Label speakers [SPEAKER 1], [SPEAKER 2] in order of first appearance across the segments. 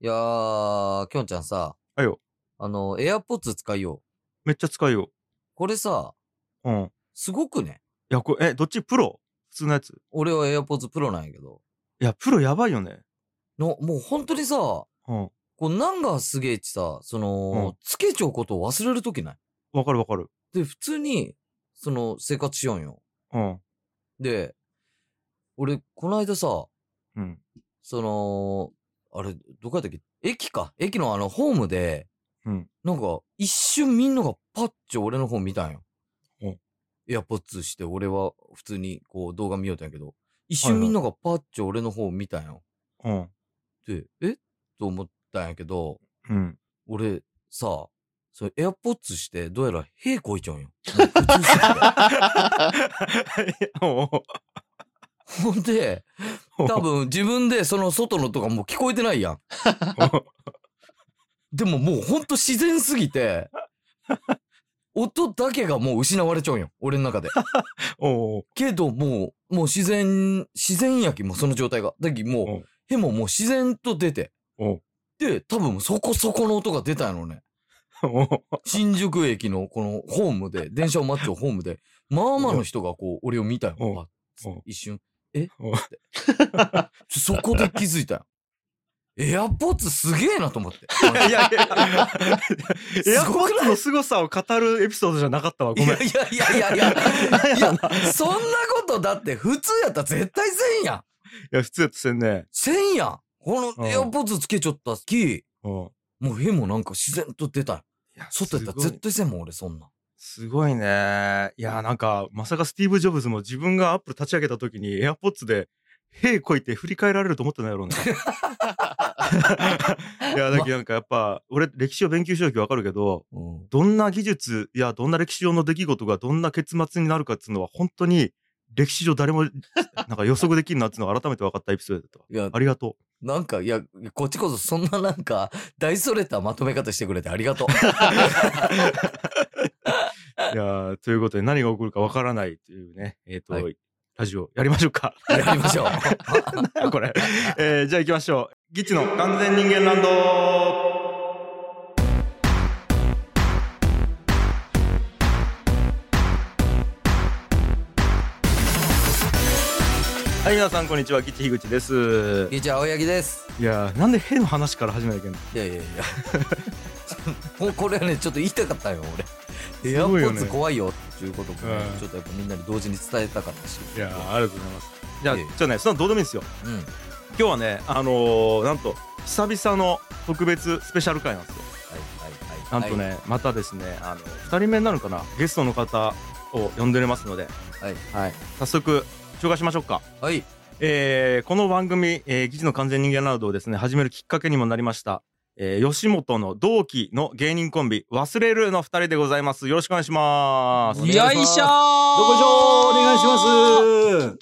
[SPEAKER 1] いやー、きょんちゃんさ。
[SPEAKER 2] はいよ。
[SPEAKER 1] あの、AirPods 使いよう。
[SPEAKER 2] めっちゃ使いよ
[SPEAKER 1] これさ、
[SPEAKER 2] う。うん。い
[SPEAKER 1] すごくね。
[SPEAKER 2] や、これ、え、どっちプロ普通のやつ。
[SPEAKER 1] 俺は AirPods Pro なんやけど。
[SPEAKER 2] いや、プロやばいよね。
[SPEAKER 1] の、もう本当にさ、こ
[SPEAKER 2] うん。
[SPEAKER 1] うなんがすげえってさ、その、
[SPEAKER 2] うん
[SPEAKER 1] つけちゃうことを忘れるときない。
[SPEAKER 2] わかるわかる。
[SPEAKER 1] で、普通に、その、生活しようんよ。
[SPEAKER 2] うん。
[SPEAKER 1] で、俺、この間さ、
[SPEAKER 2] うん。
[SPEAKER 1] その、あれ、どこやったっけ駅か。駅のあの、ホームで、
[SPEAKER 2] うん
[SPEAKER 1] なんか、一瞬みんながパッチ俺の方見たんよ。
[SPEAKER 2] うん
[SPEAKER 1] エアポッツして、俺は普通にこう動画見ようたんやけど、一
[SPEAKER 2] は
[SPEAKER 1] 瞬
[SPEAKER 2] いはい
[SPEAKER 1] みんながパッチ俺の方見たんよ。
[SPEAKER 2] うん。
[SPEAKER 1] で、えと思ったんやけど、
[SPEAKER 2] うん。
[SPEAKER 1] 俺、さ、それエアポッツして、どうやら屁こいちゃうんよ。ほ んで、多分自分でその外のとかもう聞こえてないやん。でももうほんと自然すぎ て、音だけがもう失われちゃうんよ。俺の中で。
[SPEAKER 2] おう
[SPEAKER 1] けどもう、もう自然、自然やきもうその状態が。だき
[SPEAKER 2] う
[SPEAKER 1] も
[SPEAKER 2] ん
[SPEAKER 1] う、へももう自然と出て
[SPEAKER 2] うん。
[SPEAKER 1] で、多分そこそこの音が出たんやろね。
[SPEAKER 2] おう
[SPEAKER 1] 新宿駅のこのホームで、電車を待つホームで、まあまあの人がこう、俺を見たよ。
[SPEAKER 2] うん
[SPEAKER 1] あつ
[SPEAKER 2] うん
[SPEAKER 1] 一瞬、えっ
[SPEAKER 2] うん
[SPEAKER 1] て。そこで気づいたよ。エアポッツすげえなと思っ て。
[SPEAKER 2] いやいや、 エア
[SPEAKER 1] す
[SPEAKER 2] コ
[SPEAKER 1] ごく
[SPEAKER 2] ッツの凄さを語るエピソードじゃなかったわ。ごめん。
[SPEAKER 1] いやいやいやいや
[SPEAKER 2] な ん
[SPEAKER 1] いや、い
[SPEAKER 2] や
[SPEAKER 1] や
[SPEAKER 2] ろな、
[SPEAKER 1] そんなことだって普通やったら絶対せんやん。
[SPEAKER 2] いや、普通やってせんね。
[SPEAKER 1] せんやん。こ
[SPEAKER 2] うん
[SPEAKER 1] のエアポッツつけちゃったき、
[SPEAKER 2] うん。
[SPEAKER 1] もうへもなんか自然と出たよ。外やったら絶対せんもん俺そんなん。
[SPEAKER 2] すごいね。いやーなんか、まさかスティーブ・ジョブズも自分がアップル立ち上げた時に AirPods で、へいこいて振り返られると思ってないや ろうね。いや、だけどなんかやっぱ、俺歴史を勉強しようきわかるけど、
[SPEAKER 1] うん
[SPEAKER 2] どんな技術やどんな歴史上の出来事がどんな結末になるかっていうのは本当に歴史上誰もなんか予測できるなっていうのが改めて分かったエピソードだったわ。
[SPEAKER 1] いや
[SPEAKER 2] ありがと
[SPEAKER 1] なんか、いや、こっちこそそんななんか、大それたまとめ方してくれてありがとう。
[SPEAKER 2] う。いやーということで何が起こるかわからないというね、えっ、と、
[SPEAKER 1] は
[SPEAKER 2] ラジオやりましょうか。
[SPEAKER 1] やりまし ょう。
[SPEAKER 2] なんや これ、えーじゃあ行きましょうギチの完全人間ランドはい皆さんこんにちはギチ樋口です
[SPEAKER 1] ギチ青柳です。
[SPEAKER 2] いやーなんで変の話から始めなきゃいけない
[SPEAKER 1] いやいやい や。もうこれはね、ちょっと言いたかったよ、俺。エアポ
[SPEAKER 2] ごいよ
[SPEAKER 1] ッ
[SPEAKER 2] ね
[SPEAKER 1] ツ怖いよっていうこともね
[SPEAKER 2] う、ん
[SPEAKER 1] ちょっとやっぱみんなに同時に伝えたかったし。
[SPEAKER 2] いやーありがとうございますじゃあ
[SPEAKER 1] い
[SPEAKER 2] ち
[SPEAKER 1] えい
[SPEAKER 2] ょ
[SPEAKER 1] え
[SPEAKER 2] っとねそんなのどうでもいいんですよ
[SPEAKER 1] うん。
[SPEAKER 2] 今日はねあのーなんと久々の特別スペシャル回なんですよ
[SPEAKER 1] はいはいは。
[SPEAKER 2] ないんとね、またですね、あの2人目になるかな、ゲストの方を呼んでおりますので、
[SPEAKER 1] はい。
[SPEAKER 2] はい、早速、紹介しましょうか。
[SPEAKER 1] はい。はい。
[SPEAKER 2] えーこの番組、えー、議事の完全人間ラウドをですね、始めるきっかけにもなりました、えー吉本の同期の芸人コンビ、忘れるの2人でございます。よろしくお願いします。
[SPEAKER 1] お
[SPEAKER 2] よ
[SPEAKER 1] 願いし
[SPEAKER 3] よいしょー
[SPEAKER 4] どこじょお願いします。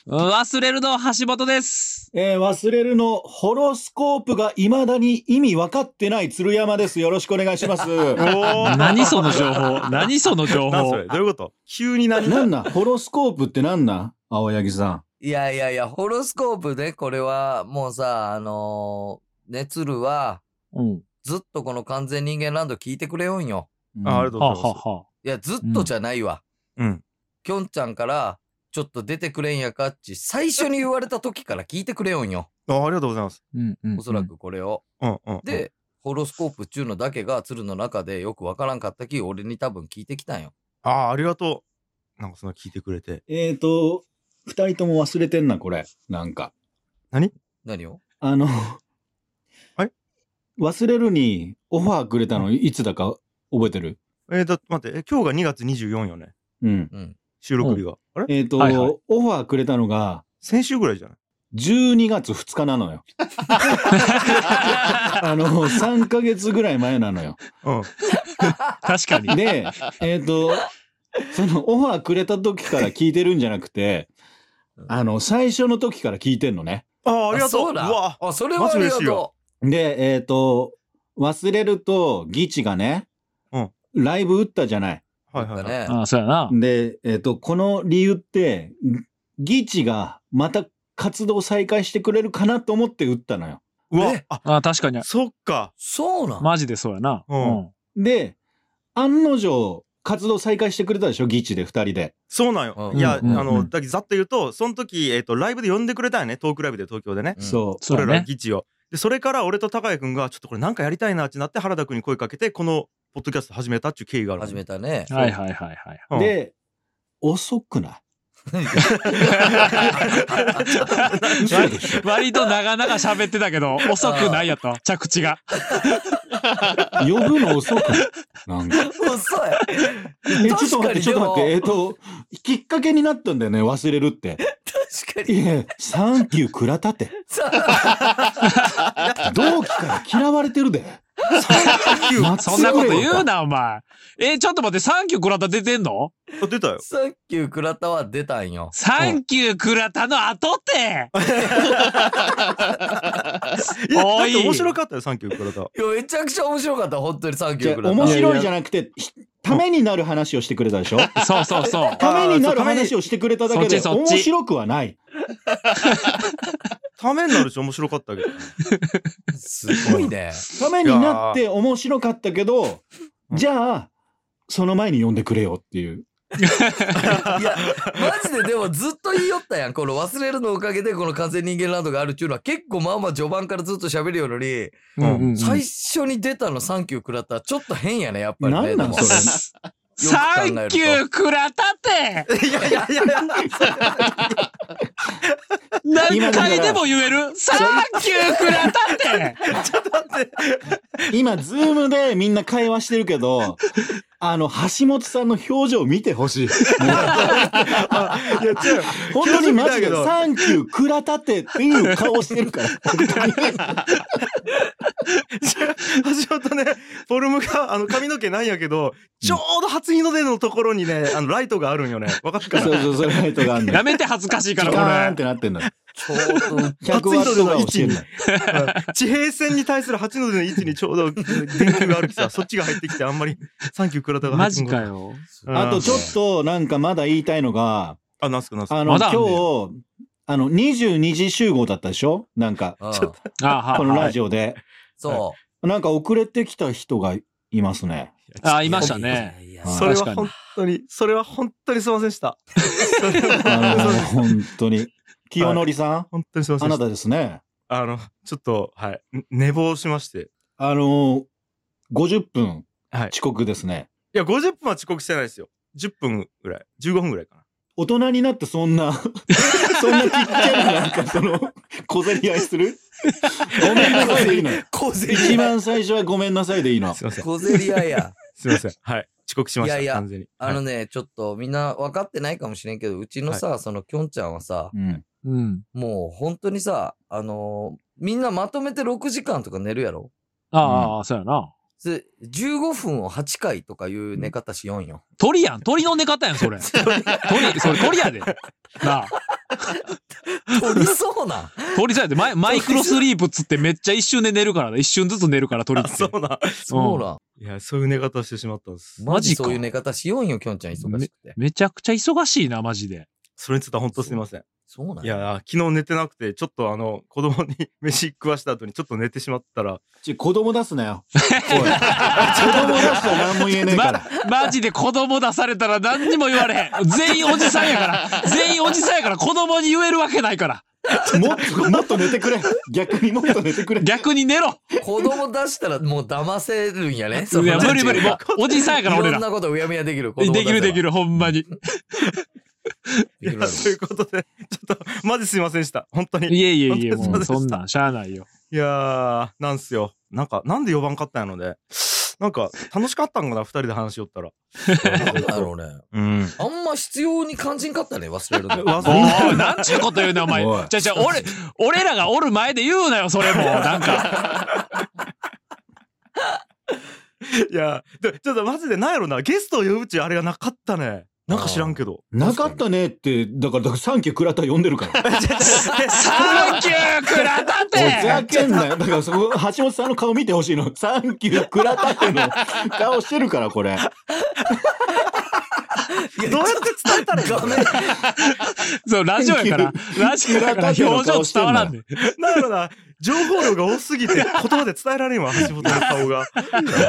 [SPEAKER 3] ます忘れるの橋 本です
[SPEAKER 4] えー忘れるのホロスコープが未だに意味分かってない鶴山です。よろしくお願いし ます。
[SPEAKER 2] ー
[SPEAKER 3] 何その情報 何その情
[SPEAKER 2] なん
[SPEAKER 3] 報
[SPEAKER 2] それどういうこと急に何
[SPEAKER 4] なんなんホロスコープってなんなん青柳さん。
[SPEAKER 1] いやいやいや、ホロスコープね、これは、もうさ、あのー、ね、鶴は、
[SPEAKER 3] うん。
[SPEAKER 1] ずっとこの完全人間ランド聞いてくれよんよ。
[SPEAKER 4] うん
[SPEAKER 2] あありがとう
[SPEAKER 3] はあ
[SPEAKER 2] ご
[SPEAKER 3] は
[SPEAKER 2] ざいます。
[SPEAKER 3] あはあ。
[SPEAKER 1] いや、ずっとじゃないわ。
[SPEAKER 2] うん。
[SPEAKER 1] きょんちゃんから、ちょっと出てくれんやかっち、最初に言われた時から聞いてくれよんよ。
[SPEAKER 2] あありがとうございます。
[SPEAKER 3] うんうん
[SPEAKER 1] おそら。くこれを。
[SPEAKER 2] うんうんうん、
[SPEAKER 1] で、ホロスコープっちゅうのだけが鶴の中でよくわからんかったき、俺に多分聞いてきたんよ。
[SPEAKER 2] ああ、ありがとう。なんかその聞いてくれて。
[SPEAKER 4] えーと、二人とも忘れてんな、これ。なんか。
[SPEAKER 1] 何を
[SPEAKER 4] あの、
[SPEAKER 2] はい
[SPEAKER 4] 忘れるにオファーくれたのいつだか覚えてる
[SPEAKER 2] えー、だ待って、え今日が2月24よね、
[SPEAKER 4] うん。
[SPEAKER 1] うん。
[SPEAKER 2] 収録日が。あれ
[SPEAKER 4] えーと、
[SPEAKER 3] はいはい
[SPEAKER 4] オファーくれたのが
[SPEAKER 2] 先週ぐらいじゃない
[SPEAKER 4] 12月2日なの よ。あの、3ヶ月ぐらい前なのよ。
[SPEAKER 2] うん。
[SPEAKER 3] 確 かに。
[SPEAKER 4] で、えっ、と、そのオファーくれた時から聞いてるんじゃなくて、あの、最初の時から聞いてんのね。
[SPEAKER 2] ああ、ありがとう。
[SPEAKER 1] そうだ。
[SPEAKER 2] わ。
[SPEAKER 1] あ、それはありが
[SPEAKER 2] マジ嬉しい
[SPEAKER 1] と
[SPEAKER 2] よ
[SPEAKER 4] で、えっ、と、忘れると、ギチがね、
[SPEAKER 2] うん
[SPEAKER 4] ライブ打ったじゃない。
[SPEAKER 2] は
[SPEAKER 1] う。
[SPEAKER 2] いは
[SPEAKER 1] だ
[SPEAKER 2] い、はい。
[SPEAKER 1] ね。
[SPEAKER 3] ああ、そうやな。
[SPEAKER 4] で、えっ、と、この理由って、ギチがまた活動再開してくれるかなと思って打ったのよ。
[SPEAKER 2] うわ
[SPEAKER 1] え、
[SPEAKER 2] あ、
[SPEAKER 3] あ、確かに。
[SPEAKER 2] そっか。
[SPEAKER 1] そうなん、
[SPEAKER 3] マジでそうやな。
[SPEAKER 2] うん
[SPEAKER 3] うん
[SPEAKER 4] で、案の定、活動再開してくれたでしょ、ギチで二人で。
[SPEAKER 2] そうなんよ。
[SPEAKER 1] うん
[SPEAKER 2] いや、
[SPEAKER 3] うん
[SPEAKER 2] あ
[SPEAKER 3] う
[SPEAKER 2] の、
[SPEAKER 3] ん
[SPEAKER 2] だけざっと言うと、その時、えっ、と、ライブで呼んでくれたよね。トークライブで東京でね。
[SPEAKER 1] うん
[SPEAKER 4] そ
[SPEAKER 3] そう
[SPEAKER 2] 俺
[SPEAKER 3] だ
[SPEAKER 2] ら
[SPEAKER 3] ね。
[SPEAKER 2] 議事を。で、それから俺と高谷くんが、ちょっとこれなんかやりたいなってなって、原田くんに声かけて、この、ポッドキャスト始めたっていう経緯がある。
[SPEAKER 1] 始めたね。
[SPEAKER 3] はいはいはい はい。
[SPEAKER 2] う
[SPEAKER 4] う。
[SPEAKER 2] ん、
[SPEAKER 4] で、遅くない
[SPEAKER 3] 割割と長々喋ってたけど、遅くないやったわ着地が。
[SPEAKER 4] 呼ぶの遅くないなんか。
[SPEAKER 1] 遅い。
[SPEAKER 4] え、ちょっと待って、ちょっと待って、えっ
[SPEAKER 1] 確
[SPEAKER 4] と、きっかけになったんだよね、忘れるって。
[SPEAKER 1] か
[SPEAKER 4] い
[SPEAKER 1] に。
[SPEAKER 4] や、サンキュー倉立て。同期から嫌われてるで。
[SPEAKER 3] そんなこと言うな、お前。え、ちょっと待って、サンキュー倉田出てんの
[SPEAKER 2] あ出たよ。
[SPEAKER 1] サンキュー倉田は出たんよ。
[SPEAKER 3] サンキュー倉田の後って
[SPEAKER 2] いや、だっ
[SPEAKER 3] おい
[SPEAKER 2] て面白かったよ、サンキュー倉田。
[SPEAKER 1] いや、めちゃくちゃ面白かった、本当にサンキ
[SPEAKER 4] じ
[SPEAKER 1] ュー
[SPEAKER 4] ゃ
[SPEAKER 1] 倉田。
[SPEAKER 4] 面白いじゃなくて、ひためになる話をしてくれたでしょ
[SPEAKER 3] そうそうそう。
[SPEAKER 4] ためにな
[SPEAKER 2] あーそう
[SPEAKER 4] る
[SPEAKER 2] ために
[SPEAKER 4] 話をしてくれただけ
[SPEAKER 3] そ
[SPEAKER 4] で、
[SPEAKER 3] っちそっ
[SPEAKER 4] 面
[SPEAKER 3] ち
[SPEAKER 4] 白くはない。
[SPEAKER 2] ためになるし面白かっ たけど。
[SPEAKER 1] すごいね。
[SPEAKER 4] ためになって面白かったけど、
[SPEAKER 2] うん
[SPEAKER 4] じゃあ、その前に呼んでくれよっていう。
[SPEAKER 1] いや、マジででもずっと言いよったやん。この忘れるのおかげでこの完全人間ランドがあるっていうのは結構まあまあ序盤からずっと喋るより、
[SPEAKER 2] うん
[SPEAKER 3] うんうん
[SPEAKER 1] 最初に出たのサンキュー倉田、ちょっと変やね、やっぱりね。
[SPEAKER 4] なんなん
[SPEAKER 1] でも
[SPEAKER 4] それ。
[SPEAKER 3] サンキュー倉田って
[SPEAKER 2] いやいやいやいや。
[SPEAKER 3] 何回でも言えるサンキュー倉田って
[SPEAKER 4] 今、ズームでみんな会話してるけど、あの、橋本さんの表情見てほしい。も
[SPEAKER 2] いや、違うよ。
[SPEAKER 4] う本当
[SPEAKER 2] 表情
[SPEAKER 4] にマジ
[SPEAKER 2] 見たけ
[SPEAKER 4] で、
[SPEAKER 2] ど
[SPEAKER 4] サンキュー、倉立てっていう顔してるから。本当に
[SPEAKER 2] 橋本ね、フォルムが、あの、髪の毛なんやけど、ちょうど初日の出のところにね、あの、ライトがあるんよね。わかるか
[SPEAKER 4] そう
[SPEAKER 2] な
[SPEAKER 4] そう、それライトがあ んの。
[SPEAKER 3] やめて恥ずかしいか
[SPEAKER 4] ピ
[SPEAKER 3] ら、
[SPEAKER 4] カ
[SPEAKER 3] こ
[SPEAKER 4] ーンっ
[SPEAKER 3] れ。
[SPEAKER 4] てなってんの。
[SPEAKER 1] ちょ うど
[SPEAKER 4] 100ワットが落ちてんの。
[SPEAKER 2] うん 地平線に対する8の字の位置にちょうど電球があるきさ、そっちが入ってきて、あんまり、サンキュー倉田が入
[SPEAKER 3] マ
[SPEAKER 2] って
[SPEAKER 3] ジ
[SPEAKER 2] こな
[SPEAKER 3] か
[SPEAKER 2] い。
[SPEAKER 3] よ。
[SPEAKER 2] うん
[SPEAKER 4] あと、ちょっと、なんかまだ言いたいのが、
[SPEAKER 2] あ、なんすかなんすか。
[SPEAKER 4] あの、
[SPEAKER 3] まだ
[SPEAKER 4] 今
[SPEAKER 3] あんねん
[SPEAKER 4] 日、あの、22時集合だったでしょなんか、
[SPEAKER 1] うん
[SPEAKER 2] ちょっ
[SPEAKER 3] あは
[SPEAKER 4] このラ
[SPEAKER 3] は
[SPEAKER 4] ジオで。
[SPEAKER 1] そ
[SPEAKER 4] なんか遅れてきた人がいますね。
[SPEAKER 3] あ、
[SPEAKER 1] う。
[SPEAKER 3] いましたね。
[SPEAKER 1] いや。いやい
[SPEAKER 4] はい
[SPEAKER 1] や
[SPEAKER 2] それ
[SPEAKER 3] 確か
[SPEAKER 2] は
[SPEAKER 3] に
[SPEAKER 2] 本当に、それは本当にすいませんでした。それは
[SPEAKER 4] あ
[SPEAKER 2] そ
[SPEAKER 4] の、
[SPEAKER 2] う
[SPEAKER 4] 本当に。清則さん、
[SPEAKER 2] 本当にすいませ
[SPEAKER 4] あ
[SPEAKER 2] んで
[SPEAKER 4] な
[SPEAKER 2] した。
[SPEAKER 4] たですね。
[SPEAKER 2] あの、ちょっと、はい、ね寝坊しまして。
[SPEAKER 4] あのー、50分
[SPEAKER 2] はい。
[SPEAKER 4] 遅刻ですね。
[SPEAKER 2] いや、50分は遅刻してないですよ。10分ぐらい。15分ぐらいかな。
[SPEAKER 4] 大人になってそんな、 そんなちっちゃいなんかその、小競り合いするごめんなさいでいいの。
[SPEAKER 1] 小競
[SPEAKER 4] 一
[SPEAKER 1] り合い。
[SPEAKER 4] 番最初はごめんなさいでいいの
[SPEAKER 2] す。いません。
[SPEAKER 1] 小競り合いや。
[SPEAKER 2] すいません。はい。遅刻しました。
[SPEAKER 1] いやいや
[SPEAKER 2] 完全に。
[SPEAKER 1] あの
[SPEAKER 2] はい
[SPEAKER 1] ね、ちょっとみんな分かってないかもしれんけど、うちのさ、そのきょんちゃんはさ
[SPEAKER 4] う、ん。
[SPEAKER 3] うん。
[SPEAKER 1] もう本当にさ、あのーみんなまとめて6時間とか寝るやろ
[SPEAKER 3] ああ、そうやな。
[SPEAKER 1] で、15分を8回とかいう寝方しよんよ。
[SPEAKER 3] 鳥やん。鳥の寝方やん、それ。鳥、それ鳥やで。なあ。
[SPEAKER 1] 取りそうな。
[SPEAKER 3] 鳥 そうやで。 マイマイクロスリープっつってめっちゃ一瞬で寝るからね。一瞬ずつ寝るから鳥っ
[SPEAKER 2] あ
[SPEAKER 3] て。
[SPEAKER 2] そうな。
[SPEAKER 1] そうなん。
[SPEAKER 2] いや、そういう寝方してしまったんです。
[SPEAKER 1] マジ
[SPEAKER 3] か
[SPEAKER 1] そういう寝方しよんよ、きょんちゃん忙しくて。
[SPEAKER 3] めちゃくちゃ忙しいな、マジで。
[SPEAKER 2] それについては本当すいません。
[SPEAKER 1] そうなん
[SPEAKER 2] いや、昨日寝てなくて、ちょっとあの、子供に 飯食わした後にちょっと寝てしまったら、
[SPEAKER 4] ちょ、子供出すなよ。おい子供出したら何も言えねえから。
[SPEAKER 3] マジで子供出されたら何にも言われへん。全員おじさんやから。全員おじさんやから子供に言えるわけないから。
[SPEAKER 4] もっと、もっと寝てくれ。逆にもっと寝てくれ。
[SPEAKER 3] 逆に寝ろ。
[SPEAKER 1] 子供出したらもう騙せるんやね。
[SPEAKER 3] いや、無理無理。もう、おじさんや
[SPEAKER 1] だ
[SPEAKER 3] から俺
[SPEAKER 1] いろん
[SPEAKER 3] ら。
[SPEAKER 1] なことうやむやできる。
[SPEAKER 3] できるでき
[SPEAKER 1] る。
[SPEAKER 3] る、ほんまに。
[SPEAKER 2] い
[SPEAKER 1] で
[SPEAKER 2] や
[SPEAKER 1] きるわ
[SPEAKER 2] ということで、ちょっと、マジすいませんでした。本当に。
[SPEAKER 3] いえいえいえ、
[SPEAKER 2] 本当
[SPEAKER 3] も
[SPEAKER 2] に
[SPEAKER 3] う
[SPEAKER 2] そうで
[SPEAKER 3] そん
[SPEAKER 2] した
[SPEAKER 3] なんしゃあないよ。
[SPEAKER 2] いやー、なんすよ。なんか、なんで呼ばんかったんやので、なんか、楽しかったんかな、二人で話しよったら。
[SPEAKER 1] なんだろうね。
[SPEAKER 2] うん。
[SPEAKER 1] あんま必要に感じんかったね、忘れる の。
[SPEAKER 2] 忘
[SPEAKER 3] お
[SPEAKER 2] れる
[SPEAKER 3] ー、なんちゅうこと言うねん、お前。
[SPEAKER 4] おい
[SPEAKER 3] じゃじゃ俺、俺らがおる前で言うなよ、それも。なんか。
[SPEAKER 2] いや、でちょっとマジでなんやろな、ゲストを呼ぶっちゅうあれがなかったね。なんか知らんけど。
[SPEAKER 4] なかったねって、だから、だからサンキュー倉田呼んでるから。
[SPEAKER 3] サンキュー倉田っ
[SPEAKER 4] おいふざ
[SPEAKER 3] て
[SPEAKER 4] けんなよ。だからそこ、橋本さんの顔見てほしいの。サンキュー、倉立ての顔してるから、こ
[SPEAKER 1] い
[SPEAKER 4] れ。
[SPEAKER 1] や
[SPEAKER 2] どうやって伝え たらいいの
[SPEAKER 1] 画面、
[SPEAKER 3] そう、ラジオやから。ラジオやから表情伝わらんねん。
[SPEAKER 2] なんやろな、情報量が多すぎて言葉で伝えられんわ、橋本の顔が。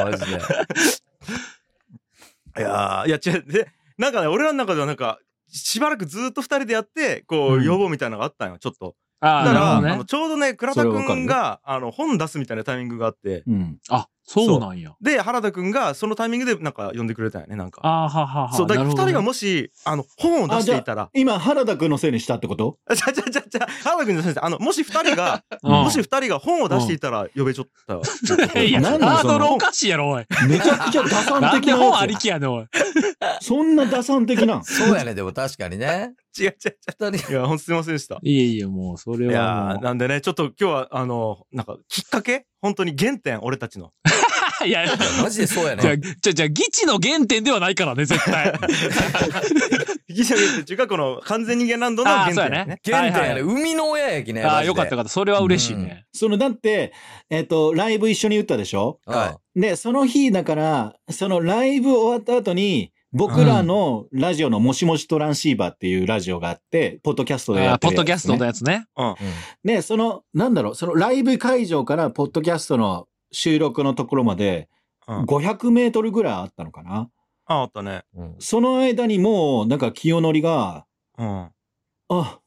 [SPEAKER 1] マジで。
[SPEAKER 2] いやー、いや違う。で、なんかね、俺らの中ではなんか、しばらくずーっと二人でやって、こ
[SPEAKER 4] う
[SPEAKER 2] う、
[SPEAKER 4] ん
[SPEAKER 2] 要望みたいなのがあったんよ、ちょっと。
[SPEAKER 3] あ
[SPEAKER 2] だ
[SPEAKER 3] あ、
[SPEAKER 2] か
[SPEAKER 3] なる
[SPEAKER 2] ら、
[SPEAKER 3] ほ
[SPEAKER 2] あ
[SPEAKER 3] どね
[SPEAKER 2] の。ちょうどね、倉田
[SPEAKER 4] そ
[SPEAKER 2] く
[SPEAKER 4] れはわかる
[SPEAKER 2] ん
[SPEAKER 4] よ
[SPEAKER 2] が、あの、本出すみたいなタイミングがあって、
[SPEAKER 4] うん。
[SPEAKER 3] あ、そうなんや。
[SPEAKER 2] で、原田くんがそのタイミングでなんか呼んでくれたんよね、なんか。
[SPEAKER 3] ああ、ははは。
[SPEAKER 2] そう、だから二人が
[SPEAKER 3] も
[SPEAKER 2] もし、あの、本を出していたら、
[SPEAKER 4] 今、原田くんのせいにしたってこと
[SPEAKER 2] あちゃちゃちゃちゃ、原田くんの先生、あの、もし二人 が、
[SPEAKER 3] うん
[SPEAKER 2] もし二人が本を出していたら呼べちょ った。
[SPEAKER 3] いや、ハ
[SPEAKER 4] 何なの
[SPEAKER 3] ー
[SPEAKER 4] その
[SPEAKER 3] ドルおかしいやろ、おい。
[SPEAKER 4] めちゃくちゃ打 算
[SPEAKER 3] なん
[SPEAKER 4] 的
[SPEAKER 3] で
[SPEAKER 4] な
[SPEAKER 3] 本あり
[SPEAKER 4] や
[SPEAKER 3] きやねん、おい。
[SPEAKER 4] つ。そんな打算的なん。
[SPEAKER 1] そうやね、でも確かにね。
[SPEAKER 2] 違う違う違
[SPEAKER 1] 二人
[SPEAKER 2] う。いや、ほんとすいませんでした。
[SPEAKER 3] いえいえ、もう、それ
[SPEAKER 2] い
[SPEAKER 3] は
[SPEAKER 2] や
[SPEAKER 3] も
[SPEAKER 2] ーなんでね、ちょっと今日は、あの、なんか、きっかけ本当に原点、俺たちの。
[SPEAKER 3] う。いや、
[SPEAKER 1] マジでそうや
[SPEAKER 3] じゃあ、
[SPEAKER 1] ね。
[SPEAKER 3] じゃあ、じゃあ、ギチの原点ではないからね、絶対。
[SPEAKER 2] ギシャ原点っていうか、この、完全人間ランドの
[SPEAKER 3] あ
[SPEAKER 2] 原
[SPEAKER 3] あ、
[SPEAKER 2] 点
[SPEAKER 3] そうや
[SPEAKER 2] ね。
[SPEAKER 3] ね。
[SPEAKER 1] 原点やね。
[SPEAKER 3] はいはい
[SPEAKER 1] 生みの親やきね。
[SPEAKER 3] あ
[SPEAKER 1] マジ
[SPEAKER 3] あ、
[SPEAKER 1] で
[SPEAKER 3] よかったよかった。それは嬉しいね。
[SPEAKER 4] その、だって、えっ、と、ライブ一緒に打ったでしょ
[SPEAKER 2] は
[SPEAKER 4] で、その日、だから、そのライブ終わった後に、僕らのラジオのもしもしトランシーバーっていうラジオがあって、ポッドキャストで
[SPEAKER 3] あ
[SPEAKER 4] や
[SPEAKER 3] あ
[SPEAKER 4] って
[SPEAKER 3] ポ
[SPEAKER 4] る
[SPEAKER 3] ッ
[SPEAKER 4] やつね
[SPEAKER 3] ドキャストのやつね。
[SPEAKER 1] い。うん
[SPEAKER 4] で、その、なんだろう、そのライブ会場からポッドキャストの収録のところまで、
[SPEAKER 2] うん
[SPEAKER 4] 500メートルぐらいあったのかな。
[SPEAKER 2] ああったね。
[SPEAKER 1] うん
[SPEAKER 4] その間にもう、なんか清則が、
[SPEAKER 2] うん。
[SPEAKER 4] あ、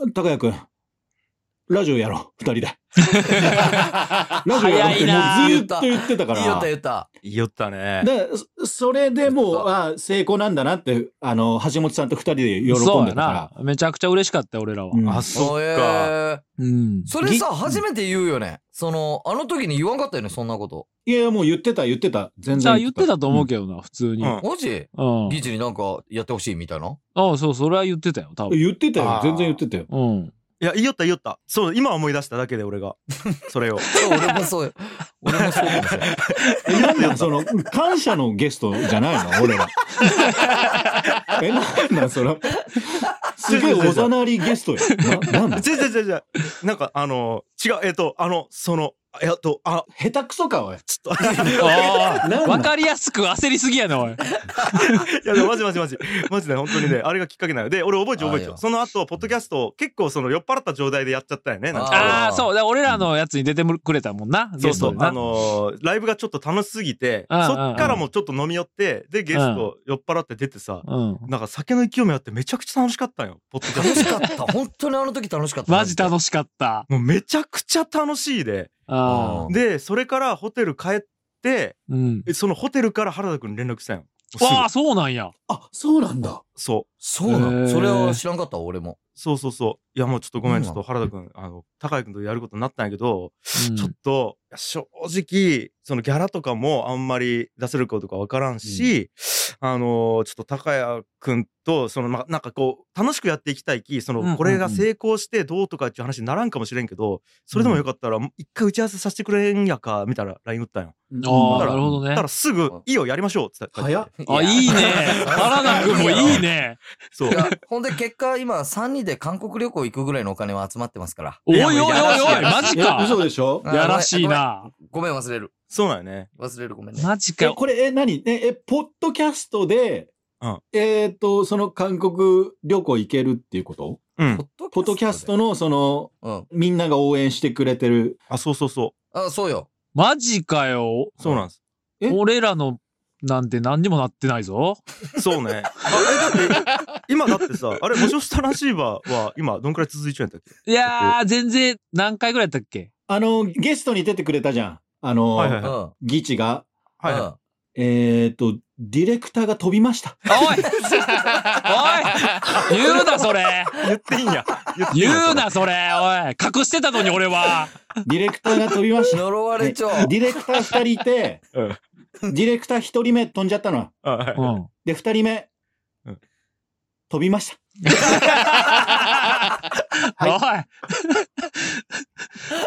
[SPEAKER 4] 高谷くん、ラジオやろう、二人で。
[SPEAKER 3] 早
[SPEAKER 4] ラジオやろうってもう
[SPEAKER 1] いな
[SPEAKER 4] ずーっと言ってたか
[SPEAKER 1] 言った
[SPEAKER 4] ら。
[SPEAKER 1] 言った。
[SPEAKER 2] 言ったね。
[SPEAKER 4] で、そそれでも
[SPEAKER 1] 言っ
[SPEAKER 4] う、あ成功なんだなって、あの、橋本さんと二人で喜んでた
[SPEAKER 3] そうや
[SPEAKER 4] か
[SPEAKER 3] な。めちゃくちゃ嬉しかったよ、俺らは。
[SPEAKER 4] ら。
[SPEAKER 2] あ、
[SPEAKER 4] あ
[SPEAKER 2] そ
[SPEAKER 1] お
[SPEAKER 2] っ
[SPEAKER 1] え
[SPEAKER 2] か。
[SPEAKER 1] ー
[SPEAKER 3] うん。
[SPEAKER 1] それさ、
[SPEAKER 4] ぎ
[SPEAKER 1] 初めて言うよね。その、あの時に言わんかったよね、そんなこと。
[SPEAKER 4] いやいや、もう言ってた、言ってた。全然。
[SPEAKER 3] じゃあ、言ってたと思うけどな、普通に。
[SPEAKER 2] う
[SPEAKER 3] うんん。
[SPEAKER 1] マジギチになんかやってほしいみたいな。
[SPEAKER 3] ああ、そう、それは言ってたよ、多分。
[SPEAKER 4] 言ってた
[SPEAKER 2] あ
[SPEAKER 4] よ
[SPEAKER 2] ー。
[SPEAKER 4] 全然言ってたよ。
[SPEAKER 3] うん。
[SPEAKER 2] いや、言いよった言いよった。そう、今思い出しただけで俺 が。それを。
[SPEAKER 1] 俺もそう、 俺もそうかもしれない。
[SPEAKER 4] え、なん なんその、感謝のゲストじゃないの俺 ら。え、なんなんそれ。すげえおざなりゲストや。な、なんだ
[SPEAKER 2] 違う違う違う違う。なんか、あの、違う、えっ、と、あの、その、えっと、あ、
[SPEAKER 4] 下手くそか、おい。
[SPEAKER 2] ちょっと、 い
[SPEAKER 3] あ
[SPEAKER 4] なん
[SPEAKER 3] あ、
[SPEAKER 4] だ
[SPEAKER 3] わかりやすく焦りすぎやな、おい。
[SPEAKER 2] や、でもマジマジマジ。マジで、本当 にね、あれがきっかけなの。で、俺覚えてる覚えて
[SPEAKER 1] あい
[SPEAKER 2] る。
[SPEAKER 1] や
[SPEAKER 2] その後、ポッドキャストを結構その酔っ払った状態でやっちゃったよね。なんか
[SPEAKER 3] あ
[SPEAKER 1] あ
[SPEAKER 3] あ、そう。だから俺らのやつに出てくれたもんな、
[SPEAKER 2] そ
[SPEAKER 3] ゲ
[SPEAKER 2] う
[SPEAKER 3] ス
[SPEAKER 2] そ
[SPEAKER 3] ト
[SPEAKER 2] う
[SPEAKER 3] で、な。
[SPEAKER 2] あのーライブがちょっと楽しすぎて、
[SPEAKER 3] うんうんうん
[SPEAKER 2] そっからもちょっと飲み寄って、で、ゲスト酔っ払って出てさ、
[SPEAKER 3] うん。
[SPEAKER 2] なんか酒の勢いもあってめちゃくちゃ楽しか ったんよ、ポッドキャ
[SPEAKER 1] 楽し
[SPEAKER 2] スト。
[SPEAKER 1] かった。本当にあの時楽しかった。
[SPEAKER 3] マジ楽しかった。
[SPEAKER 2] もうめちゃくちゃ楽しいで。
[SPEAKER 3] ああ。
[SPEAKER 2] で、それからホテル帰って、
[SPEAKER 3] うん。
[SPEAKER 2] えそのホテルから原田くんに連絡したんよ。もうすぐ
[SPEAKER 3] わあ、そうなんや。
[SPEAKER 4] あ、そうなんだ。
[SPEAKER 2] そう。
[SPEAKER 1] そうな
[SPEAKER 3] へ
[SPEAKER 1] の
[SPEAKER 3] ー
[SPEAKER 1] それは知らんかったわ俺も。
[SPEAKER 2] そうそうそう。いや、もうちょっとごめ
[SPEAKER 1] うん
[SPEAKER 2] ん、ちょっと原田くん、あの、高井くんとやることになったんやけど、
[SPEAKER 3] うん
[SPEAKER 2] ちょっと、いや正直、そのギャラとかもあんまり出せるかとかわからんし、あのーちょっと高谷くんと、そのな、なんかこう、楽しくやっていきたいき、そ
[SPEAKER 3] うんうんう
[SPEAKER 2] の、
[SPEAKER 3] ん
[SPEAKER 2] これが成功してどうとかっていう話にならんかもしれんけど、それでもよかったら、一回打ち合わせさせてくれんやか、みたいな LINE 打ったんよ。
[SPEAKER 3] あ
[SPEAKER 2] だ
[SPEAKER 3] あ、な
[SPEAKER 2] から
[SPEAKER 3] るほど
[SPEAKER 2] だ
[SPEAKER 3] ね
[SPEAKER 2] か。らすぐ、いいよ、やりましょう、つって。
[SPEAKER 4] 早っ。
[SPEAKER 3] あ、いいね。原田くんもいいね。
[SPEAKER 2] そう
[SPEAKER 1] い。や。ほんで結果今3人で韓国旅行行くぐらいのお金は集まってますから。
[SPEAKER 3] おい
[SPEAKER 2] い
[SPEAKER 3] お
[SPEAKER 2] や
[SPEAKER 3] いおいおい、マジ
[SPEAKER 4] いや、嘘
[SPEAKER 3] か。
[SPEAKER 4] でしょ
[SPEAKER 1] あ
[SPEAKER 3] やらしいな。
[SPEAKER 1] ごめん忘れる。
[SPEAKER 2] そうなんよね。
[SPEAKER 1] 忘れるごめんね。
[SPEAKER 3] マジか
[SPEAKER 4] え、
[SPEAKER 3] よ。
[SPEAKER 4] これ、え、何え、え、ポッドキャストで
[SPEAKER 2] うん、
[SPEAKER 4] えっと、その韓国旅行行けるっていうこと
[SPEAKER 2] うん。
[SPEAKER 4] ポッドキャストの、その、
[SPEAKER 1] うん。
[SPEAKER 4] みんなが応援してくれてる。
[SPEAKER 2] あ、そうそうそ
[SPEAKER 1] あ、そうよ。
[SPEAKER 3] マジかよ。
[SPEAKER 2] う。そうなんです。
[SPEAKER 4] え
[SPEAKER 3] 俺らのなんて何にもなってないぞ。
[SPEAKER 2] そうね。あれだって、今だってさ、あれ、もしもしトランシーバーは今、どんくらい続いちゃうんだっけ
[SPEAKER 3] いやー、全然何回ぐらいやったっけ
[SPEAKER 4] あの、ゲストに出てくれたじゃん。あの、
[SPEAKER 2] はいはい
[SPEAKER 1] ん。
[SPEAKER 2] うはい。
[SPEAKER 1] は
[SPEAKER 4] ギチが。
[SPEAKER 2] はいはい。
[SPEAKER 4] えっ、と、ディレクターが飛びました。
[SPEAKER 3] おいおい言うな、それ
[SPEAKER 2] 言っていいんや。言っていいんや
[SPEAKER 3] 言う。な、それおい隠してたのに、俺は
[SPEAKER 4] ディレクターが飛びまし
[SPEAKER 1] い。
[SPEAKER 4] た。
[SPEAKER 1] 呪われちゃう。
[SPEAKER 4] でディレクター二人いて、
[SPEAKER 2] うん
[SPEAKER 4] ディレクター一人目飛んじゃったの。
[SPEAKER 2] それ
[SPEAKER 3] う
[SPEAKER 2] はい
[SPEAKER 3] ん。
[SPEAKER 4] で、二人目、
[SPEAKER 2] うん
[SPEAKER 4] 飛びました。
[SPEAKER 3] おい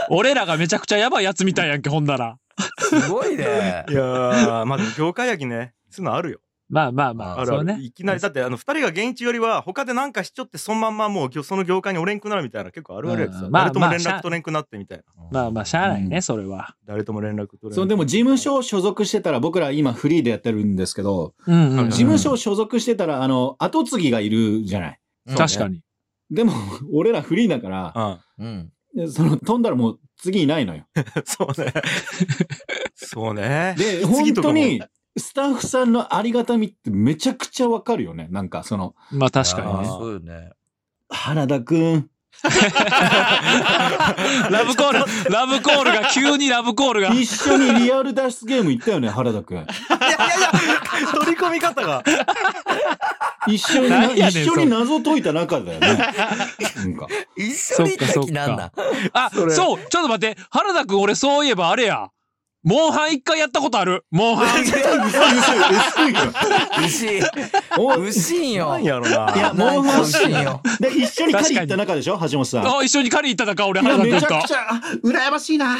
[SPEAKER 3] 俺らがめちゃくちゃやばいやつみたいやんけ、ほんなら。
[SPEAKER 1] すごい ね
[SPEAKER 2] い。やー、まあでも業界やきね。そういうのあるよ。
[SPEAKER 3] まあまあま
[SPEAKER 2] あ
[SPEAKER 3] あ、
[SPEAKER 2] る
[SPEAKER 3] そ
[SPEAKER 2] あ
[SPEAKER 3] う
[SPEAKER 2] る。
[SPEAKER 3] ね。
[SPEAKER 2] いきなり、だって、あの、二人が現地よりは、他でなんかしちょって、そのまんまもう、その業界におれんくなるみたいな、結構あるあるやつ
[SPEAKER 3] う
[SPEAKER 2] さ。
[SPEAKER 3] んまあ
[SPEAKER 2] 誰とも
[SPEAKER 3] まあ
[SPEAKER 2] 連絡取れんくなってみたいな。
[SPEAKER 3] まあまあ、しゃあないね、それは。
[SPEAKER 2] 誰とも連絡取れん。
[SPEAKER 4] そのでも事務所所属してたら、僕ら今フリーでやってるんですけど、
[SPEAKER 3] うんうんうん。
[SPEAKER 2] ん
[SPEAKER 4] 事務所所属してたら、あの、後継ぎがいるじゃない。
[SPEAKER 1] うん
[SPEAKER 3] 確かに。
[SPEAKER 4] でも、俺らフリーだから、
[SPEAKER 2] うん。
[SPEAKER 1] うん。
[SPEAKER 4] でその飛んだらもう次いない のよ。
[SPEAKER 2] そうね。そうね。
[SPEAKER 4] で、本
[SPEAKER 2] 次とか
[SPEAKER 4] 当
[SPEAKER 2] も
[SPEAKER 4] に、スタッフさんのありがたみってめちゃくちゃわかるよね。なんかその、
[SPEAKER 3] まあ確かに
[SPEAKER 1] あー
[SPEAKER 3] ね。
[SPEAKER 1] そうよね。
[SPEAKER 4] 原田くん、
[SPEAKER 3] ラブコール、ラブコールが、急にラブコールが。
[SPEAKER 4] 一緒にリアル脱出ゲーム行ったよね、原田くん。
[SPEAKER 2] いやいやいや、取り込み方が。
[SPEAKER 4] 一緒に
[SPEAKER 3] な
[SPEAKER 4] な、
[SPEAKER 3] んやねん
[SPEAKER 4] 一緒に謎解いた中だよね。なんか。
[SPEAKER 1] 一緒に行った気なんだ。
[SPEAKER 3] あ、
[SPEAKER 2] そ
[SPEAKER 3] そう、
[SPEAKER 2] れ
[SPEAKER 3] ちょっと待って、原田くん俺そういえばあれや。モンハン一回やったことある。モンハン。
[SPEAKER 4] 薄いよ。
[SPEAKER 1] 牛、
[SPEAKER 4] お
[SPEAKER 1] 牛よ。
[SPEAKER 2] なんやろな。
[SPEAKER 4] いや
[SPEAKER 1] なんか牛よ。
[SPEAKER 4] で、一緒に狩り行った中でしょ、橋本さん。
[SPEAKER 3] あ、一緒に狩り行っただか俺
[SPEAKER 4] いや、
[SPEAKER 3] 原田く
[SPEAKER 4] め
[SPEAKER 3] んと
[SPEAKER 4] ちゃ。くちゃ、あ羨ましいな。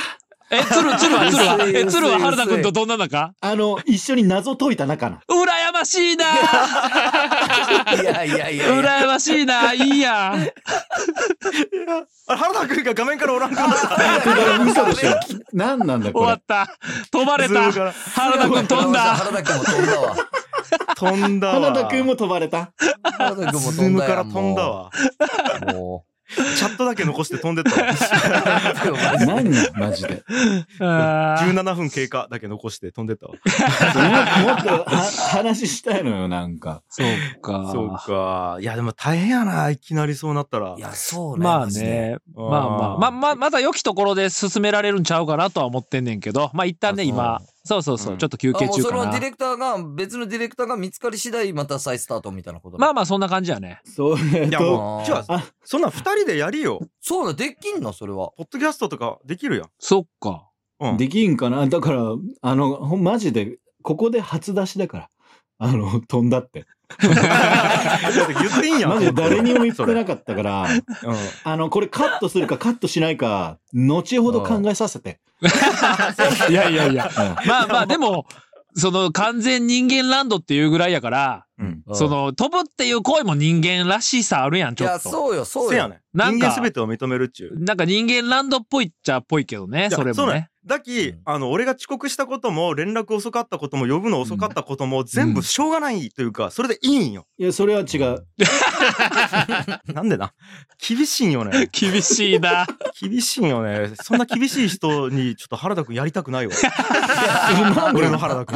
[SPEAKER 3] え、鶴、鶴は、鶴は
[SPEAKER 1] 薄。い
[SPEAKER 3] え、鶴は
[SPEAKER 1] 薄い
[SPEAKER 3] 原田くんとどんな仲
[SPEAKER 4] あの、一緒に謎解いた中な。
[SPEAKER 3] 羨ましいな
[SPEAKER 1] いやいやいやいや。
[SPEAKER 3] 羨ましいないいや
[SPEAKER 2] あれ原田君が画面からおらんかった。
[SPEAKER 4] 嘘でしょ。何なんだ
[SPEAKER 3] 終
[SPEAKER 4] こ
[SPEAKER 3] わっ
[SPEAKER 4] れ。
[SPEAKER 3] た。飛ばれた。
[SPEAKER 2] ズーム
[SPEAKER 3] 原田くん飛んだ。
[SPEAKER 1] 原田君も飛んだわ。
[SPEAKER 2] 飛んだわ。
[SPEAKER 4] 花田くんも飛ばれた。
[SPEAKER 1] 原田君も
[SPEAKER 2] ズ
[SPEAKER 1] 飛
[SPEAKER 2] ー
[SPEAKER 1] ん
[SPEAKER 2] ム
[SPEAKER 1] だ
[SPEAKER 2] か
[SPEAKER 1] や
[SPEAKER 2] ら
[SPEAKER 1] ん
[SPEAKER 2] 飛んだ。わ。
[SPEAKER 1] も
[SPEAKER 2] チャットだけ残して飛んでったわ。
[SPEAKER 1] う。でも マジで
[SPEAKER 4] 何なんマジで。
[SPEAKER 3] あー
[SPEAKER 2] 17分経過だけ残して飛んでったわ。
[SPEAKER 4] もっとは話したいのよ、なんか。
[SPEAKER 3] そう
[SPEAKER 2] そう
[SPEAKER 3] か。
[SPEAKER 2] か。いや、でも大変やな。いきなりそうなったら
[SPEAKER 1] い。や、そうね。
[SPEAKER 3] まあ
[SPEAKER 1] マジで。
[SPEAKER 3] ね。まあまあ。まあまあ、まだ良きところで進められるんちゃうかなとは思ってんねんけど。まあ一旦ね、
[SPEAKER 2] あそう
[SPEAKER 3] 今。そうそうそうう。
[SPEAKER 2] ん
[SPEAKER 3] ちょっと休
[SPEAKER 1] あ
[SPEAKER 3] 憩
[SPEAKER 1] もう
[SPEAKER 3] 中
[SPEAKER 1] そ
[SPEAKER 3] か
[SPEAKER 1] のディ
[SPEAKER 3] な。
[SPEAKER 1] レクターが、別のディレクターが見つかり次第また再スタートみたいなこと
[SPEAKER 3] まあ
[SPEAKER 1] だ。
[SPEAKER 3] まあそんな感じやね。
[SPEAKER 4] そう、えっ
[SPEAKER 2] いや、
[SPEAKER 4] と、
[SPEAKER 2] もう、じゃあ
[SPEAKER 4] あ、
[SPEAKER 2] そんなん二人でやりよ。
[SPEAKER 1] そうだ、できんのそれは。
[SPEAKER 2] ポッドキャストとかできるやん。
[SPEAKER 3] そっか。
[SPEAKER 2] うん。
[SPEAKER 4] できんかなだから、あの、ほんマジで、ここで初出しだから。あの、飛んだって。
[SPEAKER 2] だって言っていいんやん。
[SPEAKER 4] マジで誰にも言って
[SPEAKER 2] それ
[SPEAKER 4] なかったから、
[SPEAKER 2] うん
[SPEAKER 4] あの、これカットするかカットしないか、後ほど考えさせて。
[SPEAKER 3] いやいやいや。
[SPEAKER 4] うん
[SPEAKER 3] まあまあでも、その完全人間ランドっていうぐらいやから、
[SPEAKER 2] うん。
[SPEAKER 1] うん
[SPEAKER 3] そ、の飛ぶっていう行為も人間らしさあるやん、
[SPEAKER 1] い
[SPEAKER 3] ちょ
[SPEAKER 1] や、
[SPEAKER 3] っと。
[SPEAKER 1] そうよ、そう
[SPEAKER 2] せや
[SPEAKER 1] よ。
[SPEAKER 2] ねん。
[SPEAKER 3] なん
[SPEAKER 2] 人
[SPEAKER 3] か
[SPEAKER 2] 間すべてを認めるっちゅう。
[SPEAKER 3] なんか人間ランドっぽいっちゃっぽいけどね、
[SPEAKER 2] いや
[SPEAKER 3] それ
[SPEAKER 2] う
[SPEAKER 3] も
[SPEAKER 2] なん
[SPEAKER 3] ね
[SPEAKER 2] や。だき、
[SPEAKER 1] うん
[SPEAKER 2] あの、俺が遅刻したことも、連絡遅かったことも、呼ぶの遅かったことも、全部しょうがないというか、それでいいんよ。
[SPEAKER 4] いや、それは違う。
[SPEAKER 2] なんでな。厳しいんよね。
[SPEAKER 3] 厳しいな。
[SPEAKER 2] 厳しいんよね。そんな厳しい人に、ちょっと原田くんやりたく ないわ。
[SPEAKER 4] なんで
[SPEAKER 2] 俺の原田くん。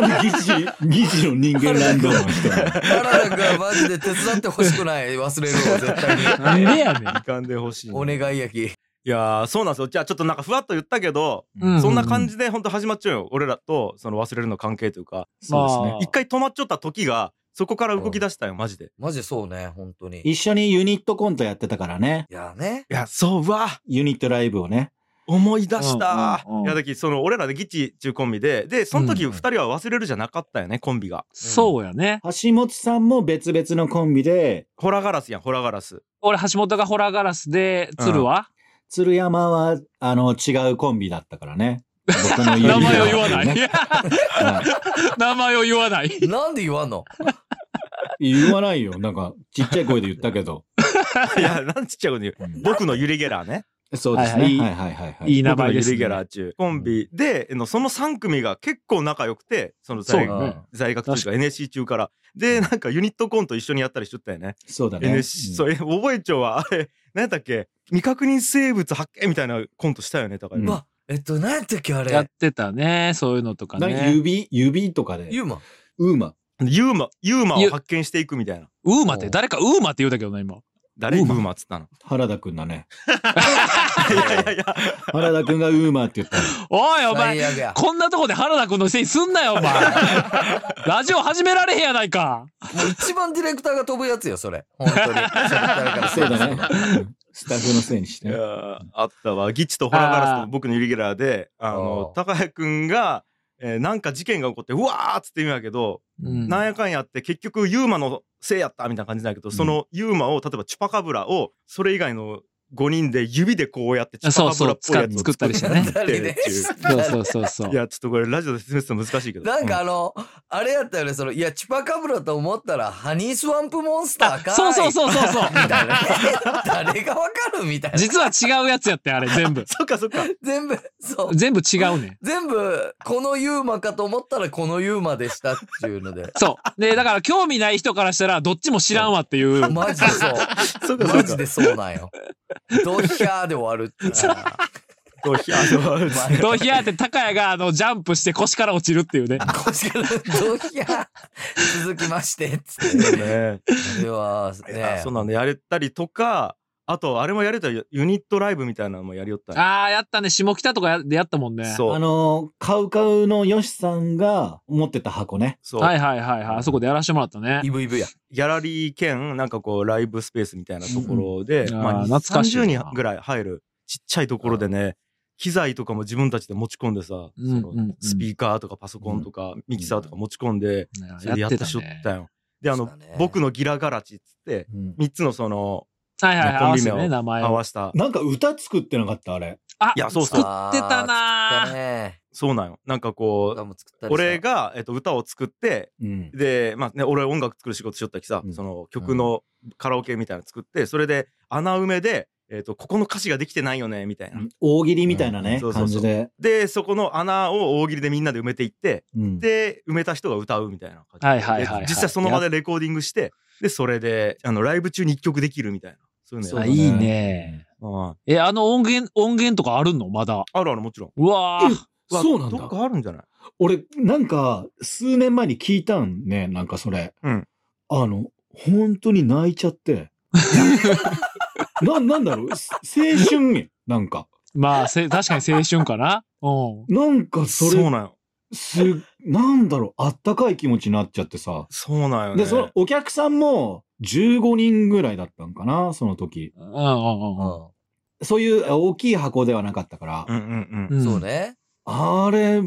[SPEAKER 4] なんで疑似、疑似の人間ランドの人なの
[SPEAKER 1] 原田君はマジで手伝ってほしくない。忘れるわ、絶対に。
[SPEAKER 3] なんでやね
[SPEAKER 2] いかんでほしいな。
[SPEAKER 1] お願いやき。
[SPEAKER 2] いやー、そうなんですよ。じゃあ、ちょっとなんかふわっと言ったけど、
[SPEAKER 3] ん。
[SPEAKER 2] そんな感じで本当始まっちゃうよ。俺らと、その忘れるの関係というか、
[SPEAKER 3] まあ
[SPEAKER 4] そうですね
[SPEAKER 2] 一回止まっちゃった時が、そこから動き出したよ、マジで。
[SPEAKER 1] マジそうね、本当に。い
[SPEAKER 4] 一緒にユニットコントやってたからね。
[SPEAKER 1] やね。
[SPEAKER 2] いや、そう、うわ
[SPEAKER 4] ユニットライブをね。
[SPEAKER 2] 思い出した、
[SPEAKER 3] うんうんうん
[SPEAKER 2] いやだきその俺らでギッチっていうコンビででその時二人は忘れるじゃなかったよねコンビが
[SPEAKER 3] そうやね。
[SPEAKER 4] 橋本さんも別々のコンビで、
[SPEAKER 2] ホラガラスやんホラガラ ス
[SPEAKER 3] 俺、橋本がホラガラスで、鶴は、
[SPEAKER 4] 鶴山は、あの、違うコンビだったからね。僕のユニ
[SPEAKER 3] 名
[SPEAKER 4] ット
[SPEAKER 3] 前を言わな
[SPEAKER 4] ね
[SPEAKER 3] い。 名前を言わない。
[SPEAKER 1] なんで言わんの
[SPEAKER 4] うん言わないよ。なんか、ちっちゃい声で言ったけど。
[SPEAKER 2] いやなんちっちゃいこと言う
[SPEAKER 4] うん
[SPEAKER 2] 僕のゆりゲラーね
[SPEAKER 4] そうです
[SPEAKER 3] は
[SPEAKER 4] ね。はいい
[SPEAKER 3] は
[SPEAKER 4] はいはいはい。
[SPEAKER 3] いい名
[SPEAKER 2] 僕のゆ
[SPEAKER 3] 前で
[SPEAKER 2] り
[SPEAKER 3] す、
[SPEAKER 2] ゲラーっちゅうコンビでのその三組が結構仲良くてその
[SPEAKER 3] そ
[SPEAKER 2] 在
[SPEAKER 3] うね
[SPEAKER 2] 学在学中か NSC 中からでなんかユニットコント一緒にやったりしとったよね
[SPEAKER 4] そうだね。
[SPEAKER 2] NSC そうえ覚えちょはあれ何やったっけ未確認生物発見みたいなコントしたよねだから
[SPEAKER 4] うん
[SPEAKER 1] うわ、えっと、何やったっけあ
[SPEAKER 3] やっ
[SPEAKER 1] れ。
[SPEAKER 3] てたね。そういうのと
[SPEAKER 4] う
[SPEAKER 3] か
[SPEAKER 4] んなんか
[SPEAKER 3] ね。
[SPEAKER 4] 指、指とかで。
[SPEAKER 1] ユーマ。
[SPEAKER 4] ウーマ。
[SPEAKER 2] ユーマユーマ
[SPEAKER 3] ゆ
[SPEAKER 2] を発見していくみたいな
[SPEAKER 3] ウーマって、誰かウーマって言うだけどな、今。
[SPEAKER 2] 誰ウ
[SPEAKER 4] ウーマ
[SPEAKER 2] ーマっつったの
[SPEAKER 4] 原田くんだね。
[SPEAKER 2] いやいやいや
[SPEAKER 4] 原田くんがウーマって言ったの。
[SPEAKER 3] おい、お前。
[SPEAKER 1] 最悪や。
[SPEAKER 3] こんなとこで原田くんのせいにすんなよ、お前。ラジオ始められへんやないか。
[SPEAKER 1] もう一番ディレクターが飛ぶやつよ、それ。本 当に。
[SPEAKER 4] そうだね。うんスタッフのせいにし
[SPEAKER 2] いや
[SPEAKER 4] て。
[SPEAKER 2] ーあったわ。ギッチとホラガラス
[SPEAKER 3] あー
[SPEAKER 2] と僕のユリゲラーで、あの、
[SPEAKER 1] あ
[SPEAKER 2] 高谷くんが、えーなんか事件が起こって、うわーっつって言うんやけど、
[SPEAKER 3] うん
[SPEAKER 2] なんやかんやって結局ユーマのせいやったみたいな感じなんやけど、そのユーマを、例えばチュパカブラを、それ以外の5人で指でこうやってチュパカブラっぽいやつを
[SPEAKER 3] そうそう使っ作ったりしてね
[SPEAKER 2] 作ってるっていう
[SPEAKER 3] そうそうそうそう
[SPEAKER 2] い。や、ちょっとこれラジオで説明するの難しい けど。
[SPEAKER 1] なんかあの、あれやったよね、その、いや、チュパカブラと思ったら、ハニースワンプモンスターかい。
[SPEAKER 3] そうそうそうそうそう
[SPEAKER 1] みたいな。 誰がわかるみたいな。
[SPEAKER 3] 実は違うやつやって、あれ、全 部。
[SPEAKER 2] そっかそっか。
[SPEAKER 1] 全部、そう。
[SPEAKER 3] 全部違うねん。
[SPEAKER 1] 全部、このユーマかと思ったら、このユーマでしたっていうの で。
[SPEAKER 3] そう。で、だか ら興味ない人からしたら、どっちも知らんわっていう。
[SPEAKER 1] マジでそう。
[SPEAKER 2] そっかそ
[SPEAKER 1] マ
[SPEAKER 2] っ
[SPEAKER 1] ジ
[SPEAKER 2] か。
[SPEAKER 1] でそうなんよ。ドヒャーで終わるっていうな。
[SPEAKER 2] どうしよう
[SPEAKER 3] ドヒャーって高谷があのジャンプして腰から落ちるっ ていうね。
[SPEAKER 1] 腰からドヒャー続きまして、つって。
[SPEAKER 2] ね。
[SPEAKER 1] では、ね
[SPEAKER 2] そうなんでやれたりとか、あと、あれもやれたよユニットライブみたいなのもやりよったんよ
[SPEAKER 3] ああ、やったね。下北とかやでやったもんね。
[SPEAKER 2] そう
[SPEAKER 4] あ。の、カウカウのヨシさんが持ってた箱ね。
[SPEAKER 2] そう、
[SPEAKER 3] はいはいはいはい。あそこでやらせてもらったね。
[SPEAKER 1] イブイブや。
[SPEAKER 2] ギャラリー兼、なんかこう、ライブスペースみたいなところで、
[SPEAKER 3] うん
[SPEAKER 2] ま
[SPEAKER 3] あ
[SPEAKER 2] あ、20
[SPEAKER 3] ー懐かしいな
[SPEAKER 2] 30人ぐらい入る、ちっちゃいところでね、機材とかも自分たちで持ち込んでさ、
[SPEAKER 3] うんうん
[SPEAKER 2] そのスピーカーとかパソコンとか、ミキサーとか持ち込んで、それでや
[SPEAKER 3] やっ
[SPEAKER 2] ってて
[SPEAKER 3] た
[SPEAKER 2] しょっ
[SPEAKER 3] ね。
[SPEAKER 2] たよ。で、あの
[SPEAKER 1] そうだね、
[SPEAKER 2] 僕のギラガラチっつって、3つのその、
[SPEAKER 3] はいはいはい。合
[SPEAKER 2] コン
[SPEAKER 3] わ
[SPEAKER 2] ビ
[SPEAKER 3] せ
[SPEAKER 2] 名
[SPEAKER 3] て
[SPEAKER 2] を
[SPEAKER 3] ね、名前
[SPEAKER 2] 合
[SPEAKER 3] を。
[SPEAKER 2] わせた、
[SPEAKER 4] なんか歌作ってなかったあれ。
[SPEAKER 3] あ
[SPEAKER 2] いやそうそう
[SPEAKER 3] 作ってた
[SPEAKER 1] だ
[SPEAKER 3] な
[SPEAKER 1] ね。
[SPEAKER 2] そうなんよ。なんかこう、
[SPEAKER 1] 歌も作ったりさ
[SPEAKER 2] 俺、が、えっと、歌を作って
[SPEAKER 4] うん。
[SPEAKER 2] で、まあね、俺音楽作る仕事しよったきさ、
[SPEAKER 4] うん
[SPEAKER 2] その曲のカラオケみたいなの作ってそれで穴埋めで、えっとここの歌詞ができてないよねみたいな。
[SPEAKER 4] 大喜利みたいなね、
[SPEAKER 2] うん
[SPEAKER 4] 感じで。
[SPEAKER 2] でそこの穴を大喜利でみんなで埋めていって
[SPEAKER 4] うん
[SPEAKER 2] で埋めた人が歌うみたいな感じで
[SPEAKER 3] はいはいはいはい
[SPEAKER 2] で実際その場でレコーディングしてでそれであのライブ中に1曲できるみたいなそういうの
[SPEAKER 4] そう
[SPEAKER 2] や
[SPEAKER 3] あ、
[SPEAKER 4] だ
[SPEAKER 2] る
[SPEAKER 4] ね
[SPEAKER 3] いいね。
[SPEAKER 2] うん
[SPEAKER 3] え、あの音源、音源とかあるのまだ。
[SPEAKER 2] あるあるもちろん。
[SPEAKER 3] うわ ー
[SPEAKER 2] わ
[SPEAKER 4] そうなん
[SPEAKER 2] ど
[SPEAKER 4] だ
[SPEAKER 2] っ。かあるんじゃない
[SPEAKER 4] 俺、なんか、数年前に聞いたんね、なんかそれ。
[SPEAKER 2] うん
[SPEAKER 4] あの、本当に泣いち ゃって。な、なんだろう、す青春やんなんか。
[SPEAKER 3] まあ、せ確かに青春かな。うん。
[SPEAKER 4] なんか
[SPEAKER 2] そ
[SPEAKER 4] そうれ、
[SPEAKER 2] なんよ。
[SPEAKER 4] す、なんだろう、あったかい気持ちになっちゃってさ。
[SPEAKER 2] そうなんよ、ね。
[SPEAKER 4] で、そのお客さんも15人ぐらいだったんかな、その時。
[SPEAKER 3] うんうんうん
[SPEAKER 1] う
[SPEAKER 4] そういう大きい箱ではなかったから。
[SPEAKER 2] うんうんうん。
[SPEAKER 3] うんん。
[SPEAKER 1] そう。ね。
[SPEAKER 4] あれ、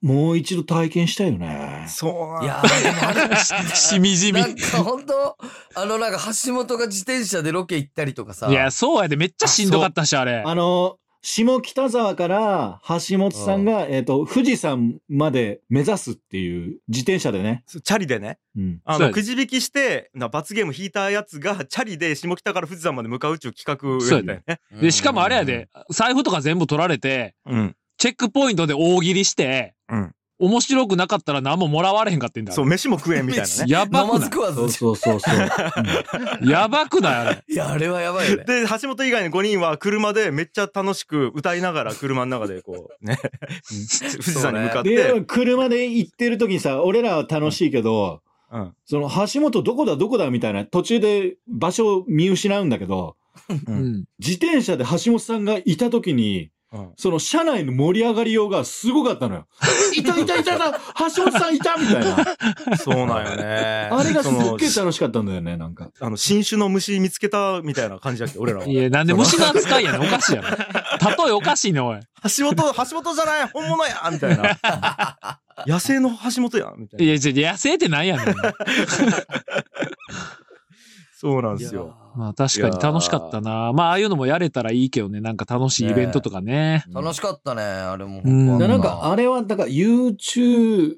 [SPEAKER 4] もう一度体験したいよね。
[SPEAKER 2] そうなん
[SPEAKER 1] い
[SPEAKER 2] よ
[SPEAKER 1] やーでもあれ
[SPEAKER 3] ししみじみ。
[SPEAKER 1] なんか本当あのなんか橋本が自転車でロケ行ったりとかさ。
[SPEAKER 3] いや、そうやで、めっちゃしんどかったし、あれ。
[SPEAKER 4] あの、下北沢から橋本さんが、えっ、と、富士山まで目指すっていう自転車でね。
[SPEAKER 2] そうチャリでね。
[SPEAKER 4] うん。
[SPEAKER 2] あ
[SPEAKER 3] そう
[SPEAKER 2] の
[SPEAKER 3] やで
[SPEAKER 2] くじ引きしてな罰ゲーム引いたやつがチャリで下北から富士山まで向かうっちゅう企画をやったよね。
[SPEAKER 1] うん
[SPEAKER 3] で、しかもあれやで、財布とか全部取られて、
[SPEAKER 2] うん
[SPEAKER 3] チェックポイントで大喜利して、
[SPEAKER 2] うん。
[SPEAKER 3] 面白くなかったら何ももらわれへんかってんだ。
[SPEAKER 2] そう飯も食えん みたいなね。
[SPEAKER 3] やば
[SPEAKER 1] 飲まず
[SPEAKER 3] くない
[SPEAKER 1] 食わ
[SPEAKER 4] そう
[SPEAKER 1] ず。
[SPEAKER 4] そうそう そう。
[SPEAKER 3] やばくないあれ。
[SPEAKER 1] いや、あれはやばいよね。
[SPEAKER 2] で橋本以外の5人は車でめっちゃ楽しく歌いながら車の中でこうね富士山に向かっ
[SPEAKER 4] うん、
[SPEAKER 2] て
[SPEAKER 4] で、車で行ってる時にさ、俺らは楽しいけど、
[SPEAKER 2] うん
[SPEAKER 4] その橋本どこだどこだみたいな途中で場所を見失うんだけど、
[SPEAKER 2] う
[SPEAKER 3] うんん。
[SPEAKER 4] 自転車で橋本さんがいた時に、
[SPEAKER 2] うん
[SPEAKER 4] その車内の盛り上がりようがすごかったのよ。 いたいたいたいた橋本さんいたみたい な。。
[SPEAKER 2] そうなんよね
[SPEAKER 4] あれがす
[SPEAKER 2] そ
[SPEAKER 4] っげえ
[SPEAKER 2] の
[SPEAKER 4] 楽しかったんだよね、なんか。
[SPEAKER 2] あの新種の虫見つけたみたいな感じだっけ俺らは。
[SPEAKER 3] いや、なんで虫の扱いやねん。おかしいやろ。例えおかしいね、おい。
[SPEAKER 2] 橋本橋本じゃない本物やみたいな野生の橋本やみたい
[SPEAKER 3] い
[SPEAKER 2] な。
[SPEAKER 3] や、じゃ野生ってなんやねん。
[SPEAKER 2] そうなんですよ。
[SPEAKER 3] まあ確かに楽しかったな。まあああいうのもやれたらいいけどね。なんか楽しいイベントとかね。
[SPEAKER 1] いやー楽しかったね、あれも。
[SPEAKER 3] うん
[SPEAKER 4] だからなんか、あれは、だから YouTube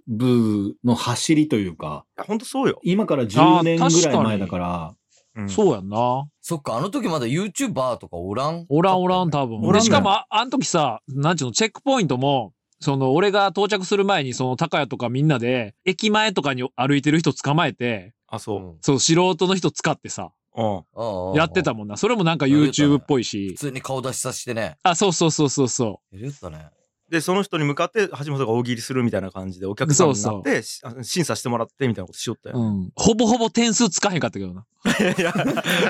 [SPEAKER 4] の走りというか、
[SPEAKER 2] 本当そうよ。
[SPEAKER 4] 今から
[SPEAKER 3] あ
[SPEAKER 4] 10
[SPEAKER 3] ー
[SPEAKER 4] 年ぐらい前だ
[SPEAKER 3] 確かに
[SPEAKER 4] から、
[SPEAKER 2] うん
[SPEAKER 3] そうやんな。
[SPEAKER 1] そっか、あの時まだ YouTuber とかおらん
[SPEAKER 3] おらんおらん多
[SPEAKER 2] お
[SPEAKER 3] 分。
[SPEAKER 2] らんね
[SPEAKER 3] で、しかもああの時さ、なんちゅうの、チェックポイントも、その俺が到着する前にその高谷とかみんなで、駅前とかに歩いてる人捕まえて、
[SPEAKER 1] う
[SPEAKER 2] あそ
[SPEAKER 1] ん
[SPEAKER 3] そう素人の人使ってさ、
[SPEAKER 2] う。うん。
[SPEAKER 1] ああ
[SPEAKER 3] やってたもんな。それもなんか YouTube っぽいし
[SPEAKER 1] 普。通に顔出しさせてね。
[SPEAKER 3] あ、そうそうそうそうそ
[SPEAKER 1] やりよったね。
[SPEAKER 2] で、その人に向かって橋本が大喜利するみたいな感じで、お客さんにな
[SPEAKER 3] そ
[SPEAKER 2] っ
[SPEAKER 3] う
[SPEAKER 2] て、しあ審査してもらってみたいなことしよった
[SPEAKER 3] う。
[SPEAKER 2] よ。
[SPEAKER 3] うん。ほぼほぼ点数つかへんかったけどな。
[SPEAKER 2] いや、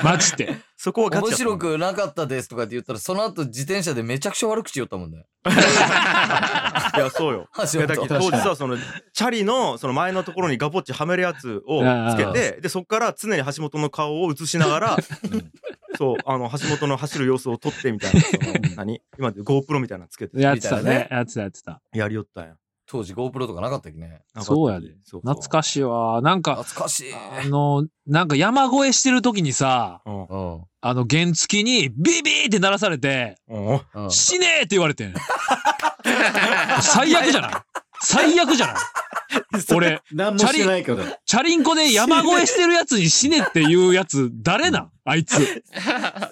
[SPEAKER 3] マジで。
[SPEAKER 2] そこはガチ
[SPEAKER 1] 面
[SPEAKER 2] やった
[SPEAKER 1] 白くなかったですとかって言ったら、その後自転車でめちゃくちゃ悪口言ったもんね。
[SPEAKER 2] いや、そうよ。い
[SPEAKER 1] 橋
[SPEAKER 2] やだけ
[SPEAKER 1] 本。
[SPEAKER 2] ど当日はその、チャリの、その前のところにガポッチはめるやつ をつけて、で、そこから常に橋本の顔を映しなが ら、そう、あの、橋本の走る様子を撮ってみたいな、その何今で GoPro みたいなのつけて、
[SPEAKER 3] やってた
[SPEAKER 1] みたいなね。
[SPEAKER 3] ねやってたやってた。
[SPEAKER 2] やりよったんや。
[SPEAKER 1] 当時 GoPro とかなかったっけね。
[SPEAKER 2] なかった
[SPEAKER 3] そうやで。
[SPEAKER 2] そうそう
[SPEAKER 3] 懐かしいわ。なんか、
[SPEAKER 1] 懐かしい。
[SPEAKER 3] あの、なんか山越えしてる時にさ、
[SPEAKER 2] うん。うん
[SPEAKER 1] うん。
[SPEAKER 3] あの、原付きにビビーって鳴らされて、
[SPEAKER 2] うん
[SPEAKER 1] うん
[SPEAKER 3] 死ねーって言われてん。最悪じゃない最悪じゃない俺、
[SPEAKER 4] 何もしてないけど。
[SPEAKER 3] チャリンコで山越えしてるやつに死ねって言うやつ、誰なんあいつ。
[SPEAKER 1] そ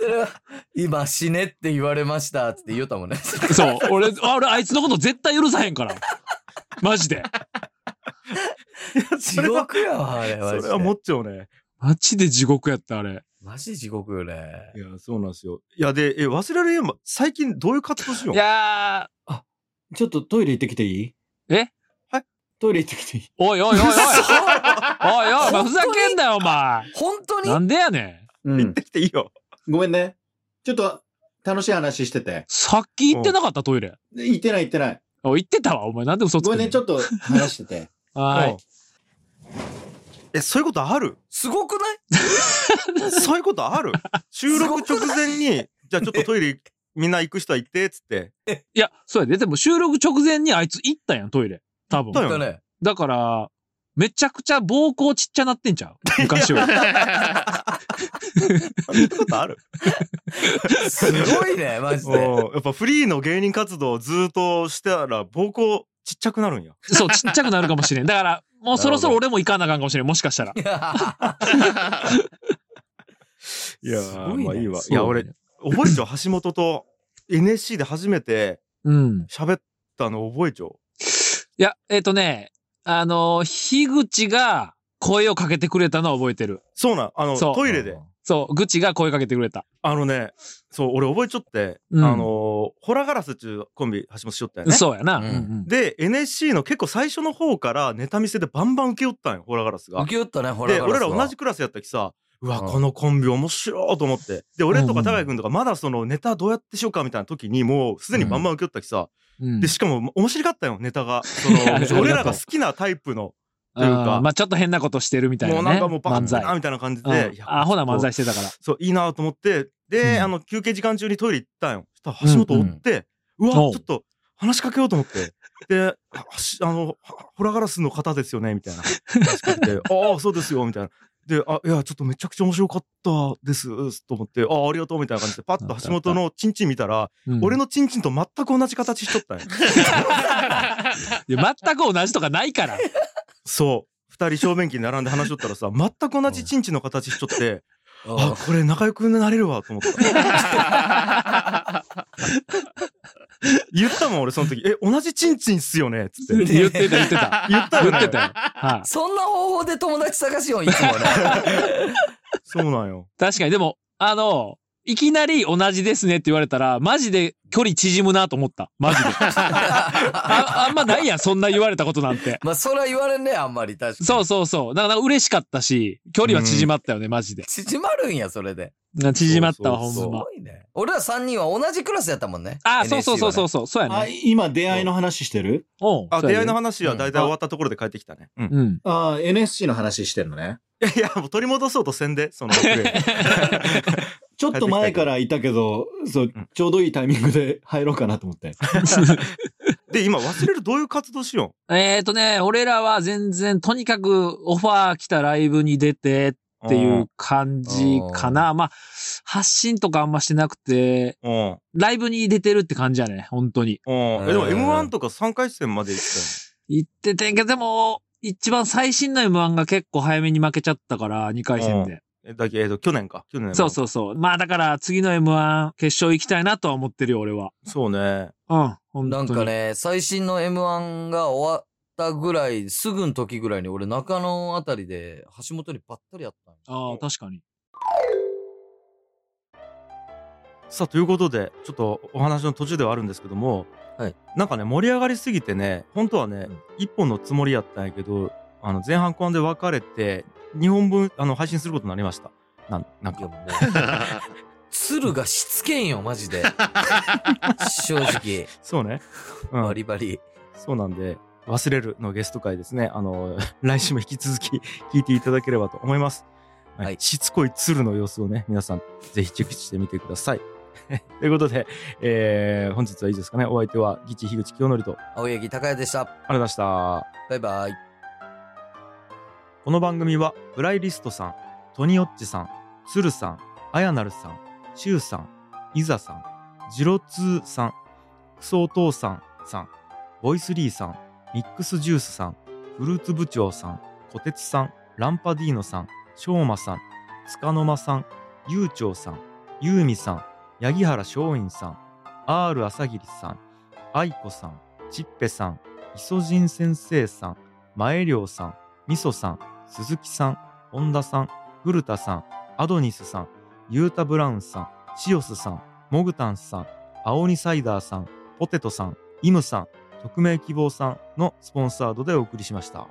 [SPEAKER 1] れは今死ねって言われましたって言おったもんね。
[SPEAKER 3] そう。俺、あ俺、あいつのこと絶対許さへんから。マジで。
[SPEAKER 1] 地獄やわ、あれは。
[SPEAKER 2] それはもっちょね。
[SPEAKER 3] マジで地獄やった、あれ。
[SPEAKER 1] マジ地獄よね。
[SPEAKER 2] いや、そうなんですよ。いや、で、え、忘れられんば、最近どういう活動しよう
[SPEAKER 3] いや
[SPEAKER 4] ちょっとトイレ行ってきていい
[SPEAKER 3] え
[SPEAKER 2] はい
[SPEAKER 4] トイレ行ってきていい
[SPEAKER 3] ー、おいおいおいおい、おいおい、お
[SPEAKER 1] 当
[SPEAKER 3] 前
[SPEAKER 1] に
[SPEAKER 3] ふざけんなよ、お前。
[SPEAKER 1] 本当に
[SPEAKER 3] なんでやねん。
[SPEAKER 4] う
[SPEAKER 2] 行っ。てきていいよ。
[SPEAKER 4] ごめんね。ちょっと楽しい話してて。
[SPEAKER 3] さっき行ってなかった、トイレ。
[SPEAKER 4] で行ってない行ってない。
[SPEAKER 3] お行ってたわ、お前。なんで嘘つ
[SPEAKER 4] ご
[SPEAKER 3] く
[SPEAKER 4] めん
[SPEAKER 3] ね
[SPEAKER 4] ね、
[SPEAKER 3] ん
[SPEAKER 4] ちょっと話してて。
[SPEAKER 3] は
[SPEAKER 2] うん
[SPEAKER 3] い。
[SPEAKER 2] え、そういうことあ る
[SPEAKER 1] すごくない
[SPEAKER 2] そういうことある収録直前に、じゃあちょっとトイレみんな行く人は行って、つって。
[SPEAKER 3] いや、そうやで。でも収録直前にあいつ行ったやん、トイレ。多
[SPEAKER 2] 行った
[SPEAKER 3] 分。
[SPEAKER 2] よ
[SPEAKER 1] だね。
[SPEAKER 3] だから、めちゃくちゃ膀胱ちっちゃなってん ちゃう昔より。
[SPEAKER 2] そういうことある
[SPEAKER 1] すごい ね、マジ で。
[SPEAKER 2] おーやっぱフリーの芸人活動をずっとしてたら、膀胱ちっちゃくなるんや。
[SPEAKER 3] そう、ちっちゃくなるかもしれん。だから、もうそろそろ俺も行かなあかんかもしれん。もしかしたら。
[SPEAKER 2] いやー
[SPEAKER 1] すごいね
[SPEAKER 2] まあいいわ。い
[SPEAKER 3] そう
[SPEAKER 2] や、俺、覚えちゃう。橋本と NSC で初めて
[SPEAKER 3] うん。
[SPEAKER 2] 喋ったの覚えちゃう。
[SPEAKER 3] いや、えっ、とね、あのー、樋口が声をかけてくれたのは覚えてる。
[SPEAKER 2] そうなん、あの、
[SPEAKER 3] そう
[SPEAKER 2] トイレで。。
[SPEAKER 3] そう、愚痴が声かけてくれた。
[SPEAKER 2] あのね、そう、俺覚えちゃって、
[SPEAKER 3] うん
[SPEAKER 2] あのーホラガラスっていうコンビ、橋本しよったよね。
[SPEAKER 3] そうやな。
[SPEAKER 1] う
[SPEAKER 3] うんんうん
[SPEAKER 2] で、NSC の結構最初の方からネタ見せでバンバン受けよったんよ、ホラガラスが
[SPEAKER 1] 受。け負ったね、ほら。
[SPEAKER 2] で、俺ら同じ。クラスやったきさ、うわ、
[SPEAKER 1] うん
[SPEAKER 2] このコンビ面白いと思って。で、俺と
[SPEAKER 3] うんう
[SPEAKER 2] か
[SPEAKER 3] ん
[SPEAKER 2] 高井君とかまだそのネタどうやってしようかみたいな時にもうすでにバンバン受けよったきさ、
[SPEAKER 3] うん。
[SPEAKER 2] で、しかも面白かったよ、ネタが。そ
[SPEAKER 3] ありがと
[SPEAKER 2] の、
[SPEAKER 3] う
[SPEAKER 2] 俺らが好きなタイプの、
[SPEAKER 3] う
[SPEAKER 2] というか
[SPEAKER 3] んまあちょっと変なことしてるみたいな
[SPEAKER 2] も
[SPEAKER 3] ね。
[SPEAKER 2] うなんかもうバカ
[SPEAKER 3] 漫
[SPEAKER 2] だな
[SPEAKER 3] 才。
[SPEAKER 2] みたいな感じ
[SPEAKER 3] う
[SPEAKER 2] で、
[SPEAKER 3] ん
[SPEAKER 2] いや
[SPEAKER 3] アホな漫才してたから。
[SPEAKER 2] そう、いいなと思って、で、
[SPEAKER 1] うん
[SPEAKER 2] あの、休憩時間中にトイレ行ったんよ。そしたら橋本追って、うわ、
[SPEAKER 3] おう
[SPEAKER 2] ちょっと話しかけようと思って。で、あしあの、はホラガラスの方ですよね、みたいな。話しかけて、ああ、そうですよ、みたいな。で、あ、いや、ちょっとめちゃくちゃ面白かったです、と思って、ああ、ありがとう、みたいな感じで、パッと橋本のチンチン見たら、
[SPEAKER 3] うん
[SPEAKER 2] 俺のチンチンと全く同じ形しとったんよ。
[SPEAKER 3] いや全く同じとかないから。
[SPEAKER 2] そう。二人正面機に並んで話しとったらさ、全く同じチンチンの形しとって、
[SPEAKER 1] うん
[SPEAKER 2] あ、これ仲良くなれるわ、と思った。 言ったもん、俺、その時。え、同じチンチンっすよねつって。
[SPEAKER 3] 言ってた言って た。
[SPEAKER 2] 言ったよ、ね。
[SPEAKER 3] 言ってたよ。はい。
[SPEAKER 1] そんな方法で友達探しよう、いつもね。
[SPEAKER 2] そうなんよ。
[SPEAKER 3] 確かに、でも、あの、いきなり同じですねって言われたら、マジで距離縮むなと思った。マジで。ああんまないやん、そんな言われたことなんて。
[SPEAKER 1] まあ、それは言われんね、あんまり。確かに。
[SPEAKER 3] そうそうそう。だから嬉しかったし、距離は縮まったよね、マジで。
[SPEAKER 1] 縮まるんや、それで。
[SPEAKER 3] な縮まったわ、
[SPEAKER 2] そうそ
[SPEAKER 3] ほん
[SPEAKER 2] う
[SPEAKER 1] す
[SPEAKER 2] そう
[SPEAKER 3] ま
[SPEAKER 1] ご。いね。俺ら3人は同じクラスやったもんね。
[SPEAKER 3] あ、そうそうそうそう
[SPEAKER 1] NSC
[SPEAKER 3] そう。そうや
[SPEAKER 4] あ、
[SPEAKER 3] ね。
[SPEAKER 4] 今出会いの話してる
[SPEAKER 3] おう
[SPEAKER 2] あ、
[SPEAKER 3] そう
[SPEAKER 2] 出
[SPEAKER 3] や
[SPEAKER 2] 会
[SPEAKER 3] ね
[SPEAKER 2] いの話は大体終わったところで帰ってきたね。うん。い
[SPEAKER 3] うん。
[SPEAKER 4] ああ、NSC の話してるのね。
[SPEAKER 2] や、もう取り戻そうとせんで、そのプレ ー。
[SPEAKER 4] ちょっと前からいたけど、そう
[SPEAKER 2] うん、
[SPEAKER 4] ちょうどいいタイミングで入ろうかなと思って。
[SPEAKER 2] で、今忘れるどういう活動しよ
[SPEAKER 3] えっとね、俺らは全然、とにかくオファー来たライブに出てっ
[SPEAKER 2] う
[SPEAKER 3] ていう。感じか
[SPEAKER 1] あ
[SPEAKER 3] な。まあ、発信とかあんましてなくて、
[SPEAKER 2] うん。うん
[SPEAKER 3] ライブに出てるって感じやね、本当に。
[SPEAKER 2] うん。え、でも M1 とか3回戦まで行ったよね。
[SPEAKER 3] 言っててんけど、でも、一番最新の M1 が結構早めに負けちゃったから、2回戦で。
[SPEAKER 2] えだけえっと、去年か。去年の M1。
[SPEAKER 3] そうそうそう。まあだから、次の M1 決勝行きたいなとは思ってるよ、俺は。
[SPEAKER 2] そうね。
[SPEAKER 3] うん、本当
[SPEAKER 1] な
[SPEAKER 3] に。
[SPEAKER 1] んか。ね、最新の M1 が終わったぐらい、すぐの時ぐらいに俺中野あたりで橋本にばったりやったんよ
[SPEAKER 3] ああ、確かに。
[SPEAKER 2] さあ、ということで、ちょっとお話の途中ではあるんですけども、
[SPEAKER 1] はい
[SPEAKER 2] なんかね、盛り上がりすぎてね、本当はね
[SPEAKER 1] うん、
[SPEAKER 2] 一、本のつもりやったんやけど、あの、前半後半で分かれて、2本分、あの、配信することになりました。なん、なん
[SPEAKER 1] いや
[SPEAKER 2] か。
[SPEAKER 1] もう、鶴がしつけんよ、マジで。正直、
[SPEAKER 2] そうね。う
[SPEAKER 1] バ
[SPEAKER 2] ん。
[SPEAKER 1] リバリ。
[SPEAKER 2] そうなんで、忘れるのゲスト会ですね。あの、 来週も引き続き 聞いていただければと思います。はい。
[SPEAKER 1] はい
[SPEAKER 2] しつこい鶴の様子をね、皆さん、ぜひチェックしてみてください。 ということで、えー本日はいいですかね。お相手は、ギチ、樋口清則と、ありがとう
[SPEAKER 1] 青柳高也でした。
[SPEAKER 2] ございました。
[SPEAKER 1] バイバイ。
[SPEAKER 2] この番組はブライリストさん、トニオッチさん、ツルさん、アヤナルさん、シュウさん、イザさん、ジロツーさん、クソお父さんさん、ボイスリーさん、ミックスジュースさん、フルーツ部長さん、コテツさん、ランパディーノさん、ショウマさん、つかの間さん、ゆうちょうさん、ゆうみさん、八木原松陰さん、R 朝霧さん、愛子さん、ちっぺさん、イソジン先生さん、前涼さん、みそさん、鈴木さん、本田さん、古田さん、アドニスさん、ユータ・ブラウンさん、シオスさん、モグタンさん、アオニサイダーさん、ポテトさん、イムさん、匿名希望さんのスポンサードでお送りしました。